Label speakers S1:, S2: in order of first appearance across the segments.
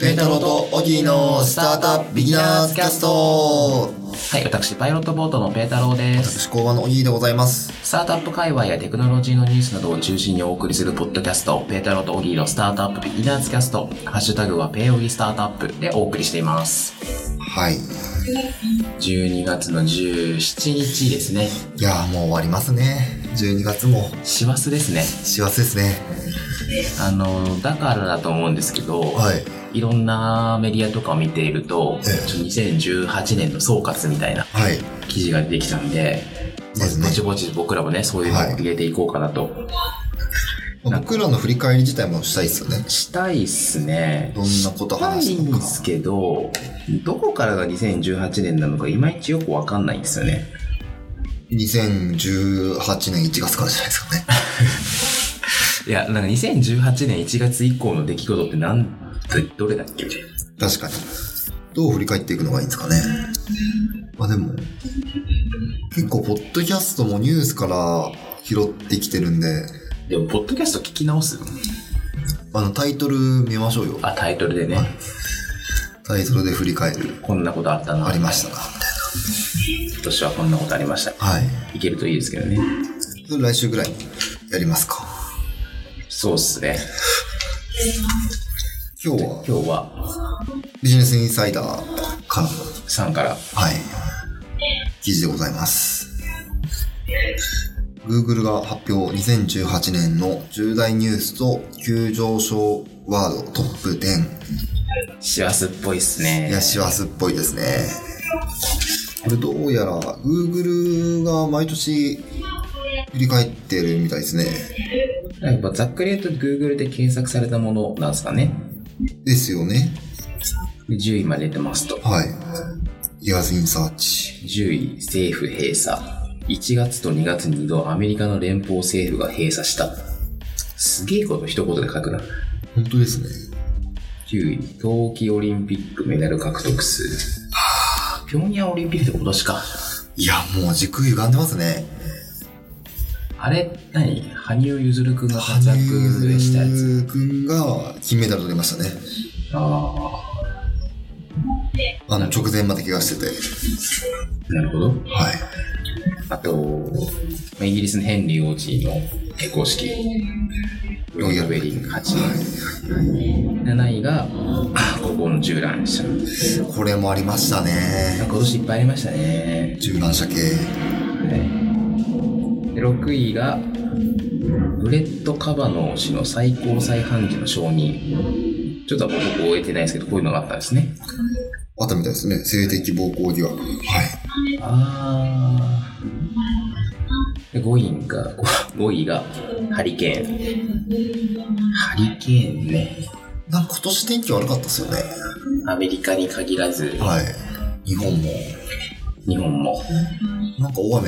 S1: ペンタロウとオギーのスタートアップビギナーズキャスト
S2: はい、私、パイロットボートのペータローです。
S1: 私、工場のオギーでございます。
S2: スタートアップ界隈やテクノロジーのニュースなどを中心にお送りするポッドキャスト、ペータローとオギーのスタートアップビギナーズキャスト、ハッシュタグはペーオギスタートアップでお送りしています。
S1: はい。い
S2: 12月の17日ですね。
S1: やーもう終わりますね。12月も
S2: 師走ですね。
S1: 幸せですね。
S2: あの、だからだと思うんですけど、
S1: はい。
S2: いろんなメディアとかを見ていると、
S1: ええ
S2: ちょ2018年の総括みたいな
S1: はい。
S2: 記事が出てきたんで、
S1: です
S2: ぼ
S1: ね
S2: ち。ぼち僕らもね、そういうのを入れていこうかなと。
S1: 僕らの振り返り自体もしたいですよね。
S2: したいっすね。
S1: どんなこと話した
S2: い
S1: の
S2: ん
S1: か
S2: ですけど、どこからが2018年なのかいまいちよくわかんないんですよね。
S1: 2018年1月からじゃないですかね。
S2: いや、なんか2018年1月以降の出来事ってなんどれだっけ
S1: 確かに。どう振り返っていくのがいいんですかね。まあでも、結構、ポッドキャストもニュースから拾ってきてるんで、
S2: でも、ポッドキャスト聞き直す
S1: あの、タイトル見ましょうよ。
S2: あ、タイトルでね、
S1: タイトルで振り返る。
S2: こんなことあったな。
S1: ありましたかみたい
S2: 今年はこんなことありました。
S1: な。はい。
S2: いけるといいですけどね。
S1: それ来週ぐらいにやりますか。
S2: そうっすね。
S1: 今日は、
S2: 今日は、
S1: ビジネスインサイダーからの、
S2: さんから。
S1: はい。記事でございます。Google が発表2018年の重大ニュースと急上昇ワードトップ10。
S2: 師走っぽいっすね。
S1: いや、師走っぽいですね。これどうやら Google が毎年振り返ってるみたいですね。
S2: やっぱざっくり言うと Google で検索されたものなんですかね。
S1: ですよね。
S2: 10位まで出てますと。
S1: はい。Years in Search。
S2: 10位、政府閉鎖。1月と2月に2度アメリカの連邦政府が閉鎖した。すげえこと一言で書くな。
S1: 本当ですね。
S2: 9位、冬季オリンピックメダル獲得数。ピョンヤンオリンピックって今年か。
S1: いや、もう軸歪んでますね。
S2: あれ、何羽生結弦君が
S1: 羽
S2: 活躍
S1: 生
S2: したやつ。
S1: 結弦君が金メダル取りましたね。
S2: あ
S1: あの、直前まで怪我してて。
S2: あ、なるほど。
S1: はい。
S2: あと、まあイギリスのヘンリー王子の結婚式。ロイヤルウェディング8位。7位が、あここの従来でした。
S1: これもありましたね。
S2: 今年いっぱいありましたね。
S1: 柔軟射系。
S2: で6位が、ブレッド・カバノー氏の最高裁判事の承認。ちょっと僕終えてないですけど、こういうのがあったんですね。
S1: あったみたいですね。性的暴行疑惑。はい。
S2: あーで5位が、5位が、ハリケーン。ハリケーンね。
S1: なんか今年天気悪かったですよね。
S2: アメリカに限らず、
S1: はい。日本も。
S2: 日本も。
S1: なんか大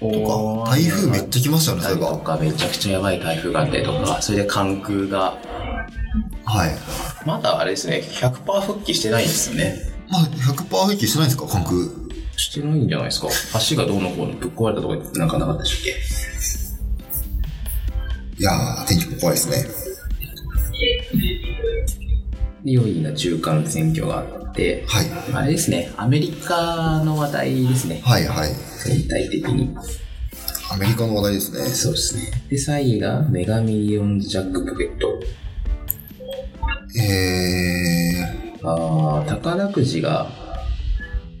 S1: 雨とか、台風めっちゃ来ましたよね、そういえ
S2: と
S1: ば。
S2: かめちゃくちゃやばい台風があったりとか、それで関空が、
S1: はい。
S2: まだあれですね、100%復帰してないんですよね。
S1: まあ、100%平均してないんですか、関空。
S2: してないんじゃないですか。橋がどうのこうのぶっ壊れたとかなんかなかったでしたっ
S1: いやー、天気も怖いですね。
S2: けで、4位が中間選挙があって、
S1: はい。
S2: あれですね、アメリカの話題ですね。
S1: はいはい。
S2: 全体的に。
S1: アメリカの話題ですね。
S2: そうですね。で、3位がメガミリオンズジャックポケット。
S1: え
S2: あー宝くじが、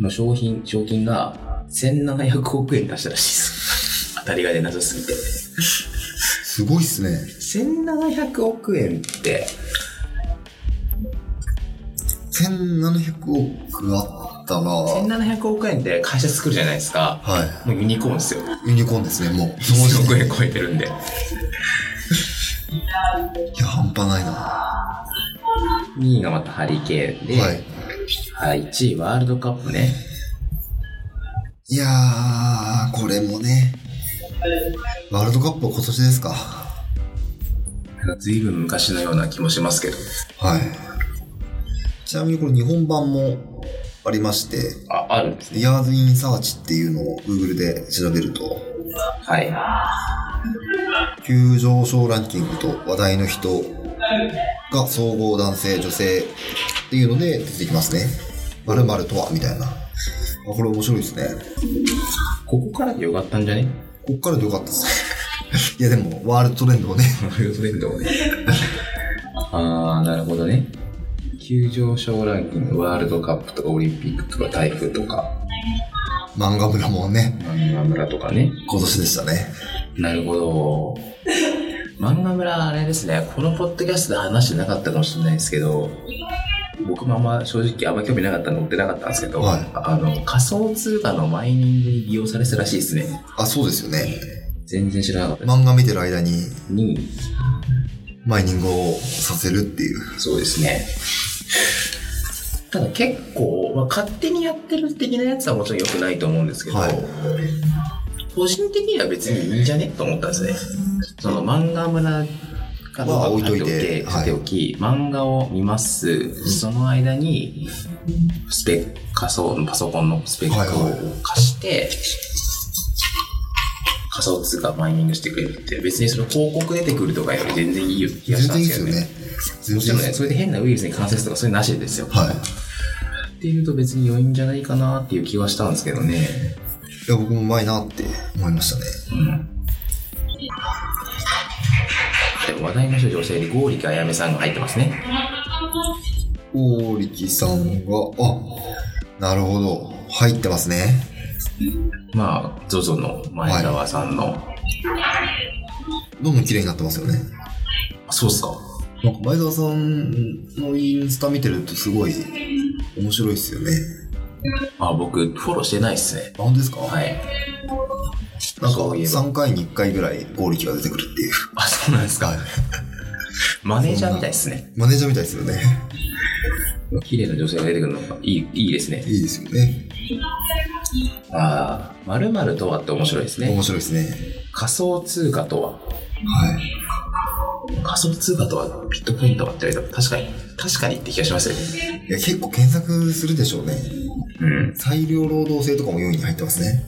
S2: の商品、賞金が1700億円出したらしいです。 当たりが出なさすぎて。
S1: ー、すごいっすね。
S2: 1700億円って、
S1: 1700億あったら、は
S2: 1700億円って会社作るじゃないですか。もうユニコーンですよ。
S1: い。ユニコーンですね、もう。その
S2: 1000
S1: 時
S2: 億円
S1: 点で。
S2: 超えてるんで。
S1: いや、半端ないな。は
S2: 2位がまたハリケーン
S1: い
S2: で、。はい、1位ワールドカップね。
S1: いやー、これもね。ワールドカップは今年ですか。は
S2: なんか随分昔のような気もしますけど。
S1: い。ちなみにこれ日本版もありまして、
S2: あ、あるんですね。
S1: Years in Search っていうのを Google で調べると、
S2: はい。
S1: 急上昇ランキングと話題の人、が総合男性、女性っていうので出てきますね。〇〇とは、みたいな。あこれ面白いですね。
S2: ここからでよかったんじゃね
S1: こっからでよかったですね。 いやでも、ワールドトレンドをね。
S2: ワールドトレンドをね。 ああ、なるほどね。急上昇ランキング、ワールドカップとかオリンピックとか台風とか、
S1: 漫画村もね、
S2: 漫画村とかね。
S1: 今年でしたね。
S2: なるほど。漫画村、あれですね、このポッドキャストで話してなかったかもしれないですけど、僕もあんま正直あんま興味なかったの乗ってなかったんですけど、
S1: はい
S2: あの、仮想通貨のマイニングに利用されてたらしいですね。
S1: あ、そうですよね。
S2: 全然知らなかったです。
S1: 漫画見てる間に
S2: に、
S1: マイニングをさせるっていう。
S2: そうですね。ただ結構、まあ、勝手にやってる的なやつはもちろん良くないと思うんですけど、
S1: はい
S2: 個人的には別にいいんじゃねと思ったんですね。その漫画村かどう
S1: まあ
S2: か
S1: 置いといて
S2: て
S1: はい
S2: さておき、漫画を見ます。その間に、スペック、仮想、パソコンのスペック
S1: はい
S2: を貸して、仮想通貨マイニングしてくれるって、別にその広告出てくるとかより全然いいよ気
S1: 全
S2: がした
S1: 然
S2: ん
S1: いいで
S2: で
S1: すすよ
S2: よね。
S1: ね。全
S2: もち
S1: 然い
S2: ろ
S1: い
S2: ん
S1: で
S2: ね、
S1: す
S2: それで変なウイルスに感染するとかそういうのなしですよ。
S1: はい。
S2: っていうと別に良いんじゃないかなっていう気はしたんですけどね。
S1: いや、僕もうまいなって思いましたね。
S2: うん。でも話題の少女教えに剛力あやめさんが入ってますね。
S1: 大力さんが、あ、なるほど。入ってますね。
S2: まあ、ZOZO の前川さんの。
S1: どんどん綺麗になってますよね。
S2: あそうっすか。
S1: なんか前澤さんのインスタ見てるとすごい面白いですよね。
S2: あ、僕、フォローしてないっすね。
S1: あ、本当ですか
S2: はい。
S1: なんか
S2: そういえば
S1: 3回に1回ぐらい合力が出てくるっていう。
S2: あ、そうなんですか。
S1: はい
S2: マネージャーみたいっすね。
S1: マネージャーみたいですよね。
S2: 綺麗な女性が出てくるのがいい、いいですね。
S1: いいですよね。
S2: ああ、〇〇とはって面白いですね
S1: 面。白いですね。
S2: 仮想通貨とは
S1: はい。
S2: 仮想通貨とはビットコインとはって言われたら確かに確かにって気がしますよね
S1: いや、結構検索するでしょうね。
S2: うん
S1: 裁量労働制とかも4位に入ってますね。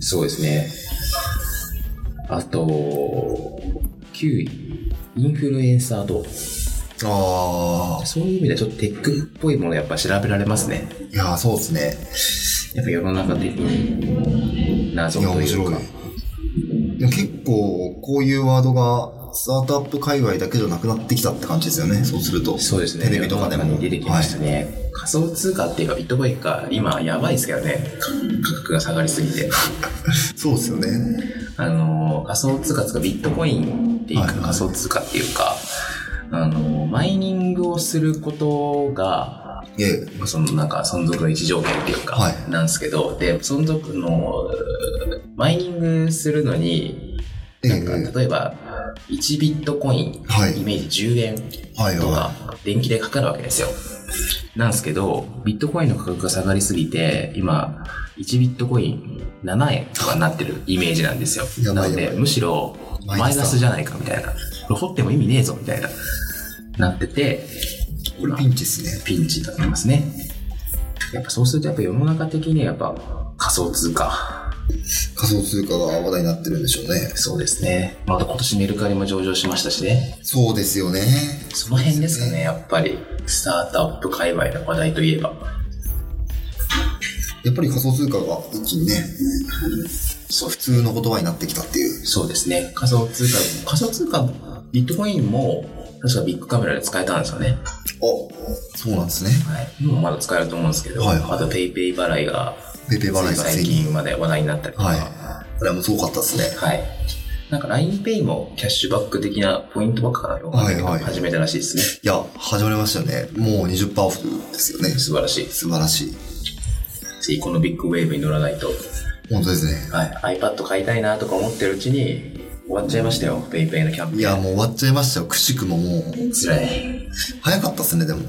S2: そうですねあと9位インフルエンサーと
S1: あ
S2: そういう意味ではちょっとテックっぽいものやっぱ調べられますね
S1: あ。いやー、そうですね。
S2: やっぱ世の中的に謎
S1: いや、
S2: と
S1: 面
S2: い
S1: 白
S2: うか
S1: い。でも結構、こういうワードが、スタートアップ界隈だけじゃなくなってきたって感じですよね。そうすると。
S2: そうですね
S1: テレビとかで
S2: 世の
S1: も。
S2: 中に出てきましたね、仮想通貨っていうかビットコインか今やばいですけどね価格が下がりすぎて
S1: そうですよね。
S2: あの仮想通貨とかビットコインっていう
S1: は
S2: か
S1: いはい
S2: 仮想通貨っていうか、あのマイニングをすることが
S1: いえ、
S2: そのなんか存続の一条件っていうか、
S1: はい
S2: なんですけどで存続のマイニングするのに
S1: え
S2: なん
S1: え
S2: か例えば1ビットコイン、
S1: はい
S2: イメージ10円
S1: はい
S2: と
S1: は
S2: か電気代かかるわけですよ。なんですけど、ビットコインの価格が下がりすぎて、今、1ビットコイン7円とかになってるイメージなんですよ。
S1: やば
S2: ないの
S1: や
S2: で、
S1: ばい
S2: むしろ
S1: マ
S2: マ
S1: イ
S2: イ
S1: ナスだ
S2: ナスじゃないかみたいな。これ掘っても意味ねえぞみたいな。なってて、
S1: い。これピンチですね。
S2: ピンチになってますね。やっぱそうすると、やっぱ世の中的にはやっぱ仮想通貨。
S1: 仮想通貨が話題になってるんでしょうね。
S2: そうですね。また今年メルカリも上場しましたしね。
S1: そうですよね。
S2: その辺ですかね、やっぱり。スタートアップ界隈の話題といえば。
S1: やっぱり仮想通貨が一気にね、
S2: そう
S1: 普通の言葉になってきたっていう。
S2: そうですね。仮想通貨、仮想通貨、ビットコインも、確かビッグカメラで使えたんですよね。
S1: あ、そうなんですね。
S2: はい。もうまだ使えると思うんですけど、
S1: はいはい
S2: あとペイペイ払いが、
S1: ペペ払いが
S2: 最
S1: 最近。
S2: 近まで話題になったりとか、
S1: はい
S2: は。
S1: あれもすごかったですね。
S2: い。なんか LINEPay もキャッシュバック的なポイントばっかかな、
S1: はいはい
S2: 始めたらしいですね。
S1: いや、始まりましたよね。もう20%オフですよね。
S2: 素晴らしい。
S1: 素晴らしい。
S2: ぜひこのビッグウェーブに乗らないと。
S1: 本当ですね。
S2: はい。iPad 買いたいなとか思ってるうちに、終わっちゃいましたよ、ペイペイのキャンペーン。
S1: いや、もう終わっちゃいましたよ。くしくももう。
S2: 辛い。
S1: 早かったですね、でも。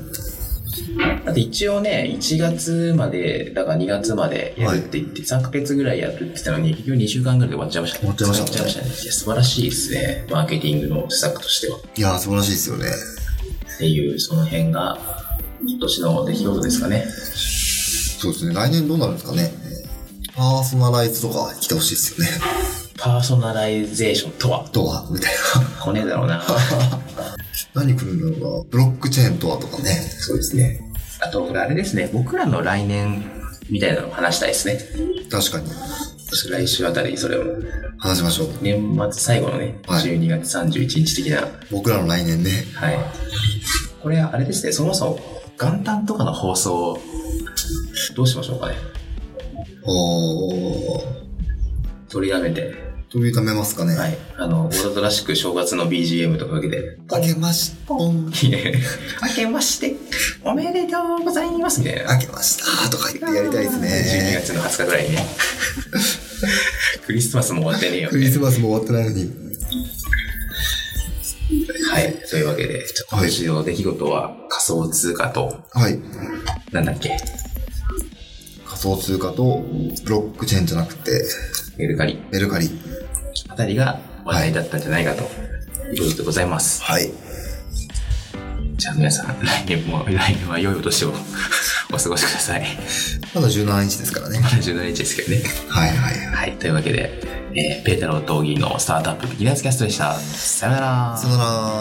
S2: あと一応ね、1月まで、だから2月までやるって言って、3ヶ月ぐらいやるって言ってたのに、結局2週間ぐらいで終わっちゃいましたね。
S1: 終わっちゃいましたね
S2: 終わっちゃいましたね。いや素晴らしいですね。マーケティングの施策としては。っ
S1: いや、素晴らしいですよね。
S2: ていう、その辺が、今年の出来事ですかね。
S1: そうですね。来年どうなるんですかね。パーソナライズとか来てほしいですよね。
S2: パーソナライゼーションとは
S1: とは、みたい
S2: 来ねえだろうな。
S1: 何来るんだろうな。ブロックチェーンとはとかね。
S2: そうですね。あと、これあれですね、僕らの来年みたいなのを話したいですね。
S1: 確かに。
S2: 来週あたりにそれを。
S1: 話しましょう。
S2: 年末最後のね、
S1: はい
S2: 12月31日的な。
S1: 僕らの来年ね。
S2: はい。これ、あれですね、そもそも元旦とかの放送、どうしましょうかね。
S1: おー。
S2: 取りやめて。
S1: 取りためますかね。
S2: はい。あの、わざとらしく正月の BGM とか受けて、
S1: あけましポン。
S2: いや明けまして、おめでとうございますみたいな。
S1: あけましたとか言ってやりたいです
S2: 12
S1: ね。
S2: 月の20日ぐらいに ね。クリスマスも終わってねえよ。
S1: クリスマスも終わってないのに。
S2: はい。というわけで、ちょっと今年の出来事は仮想通貨と、
S1: はい。
S2: なんだっけ、
S1: 仮想通貨とブロックチェーンじゃなくて、
S2: メルカリ
S1: メルカリ。
S2: あたりが話題だったんじゃないかと。いうことでございます。
S1: はい。
S2: じゃあ皆さん、来年も、来年は良いお年をお過ごしください。
S1: まだ17日ですからね。
S2: まだ17日ですけどね。
S1: はいはい。
S2: はい。というわけで、えーペータロー・トーギーのスタートアップビギナーズキャストでした。さよなら。
S1: さよなら。